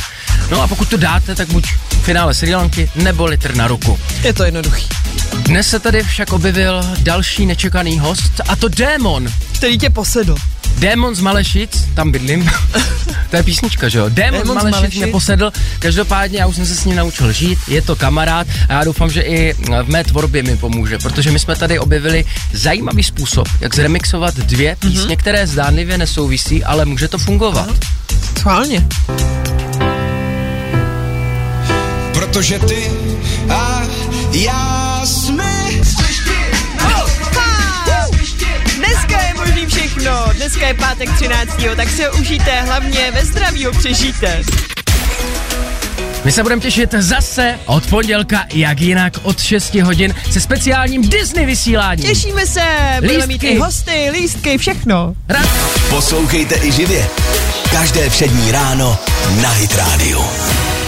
No a pokud to dáte, tak buď finále Sri Lanky nebo litr na ruku. Je to jednoduchý. Dnes se tady však objevil další nečekaný host, a to démon. Který tě posedl. Démon z Malešic, tam bydlím, to je písnička, že jo? Démon, Démon z Démon z Malešic Malešic. mě posedl, každopádně já už jsem se s ním naučil žít, je to kamarád a já doufám, že i v mé tvorbě mi pomůže, protože my jsme tady objevili zajímavý způsob, jak zremixovat dvě Mhm. písně, které zdánlivě nesouvisí, ale může to fungovat. Schválně. Protože ty a já jsme Dneska je možný všechno. Dneska je pátek 13. Tak se užijte, hlavně ve zdraví ho přežijte. My se budeme těšit zase od pondělka, jak jinak od 6 hodin se speciálním Disney vysíláním. Těšíme se, budeme mít Lístky. i hosty, lístky, všechno. Rád Poslouchejte i živě. Každé přední ráno na Hit Radio.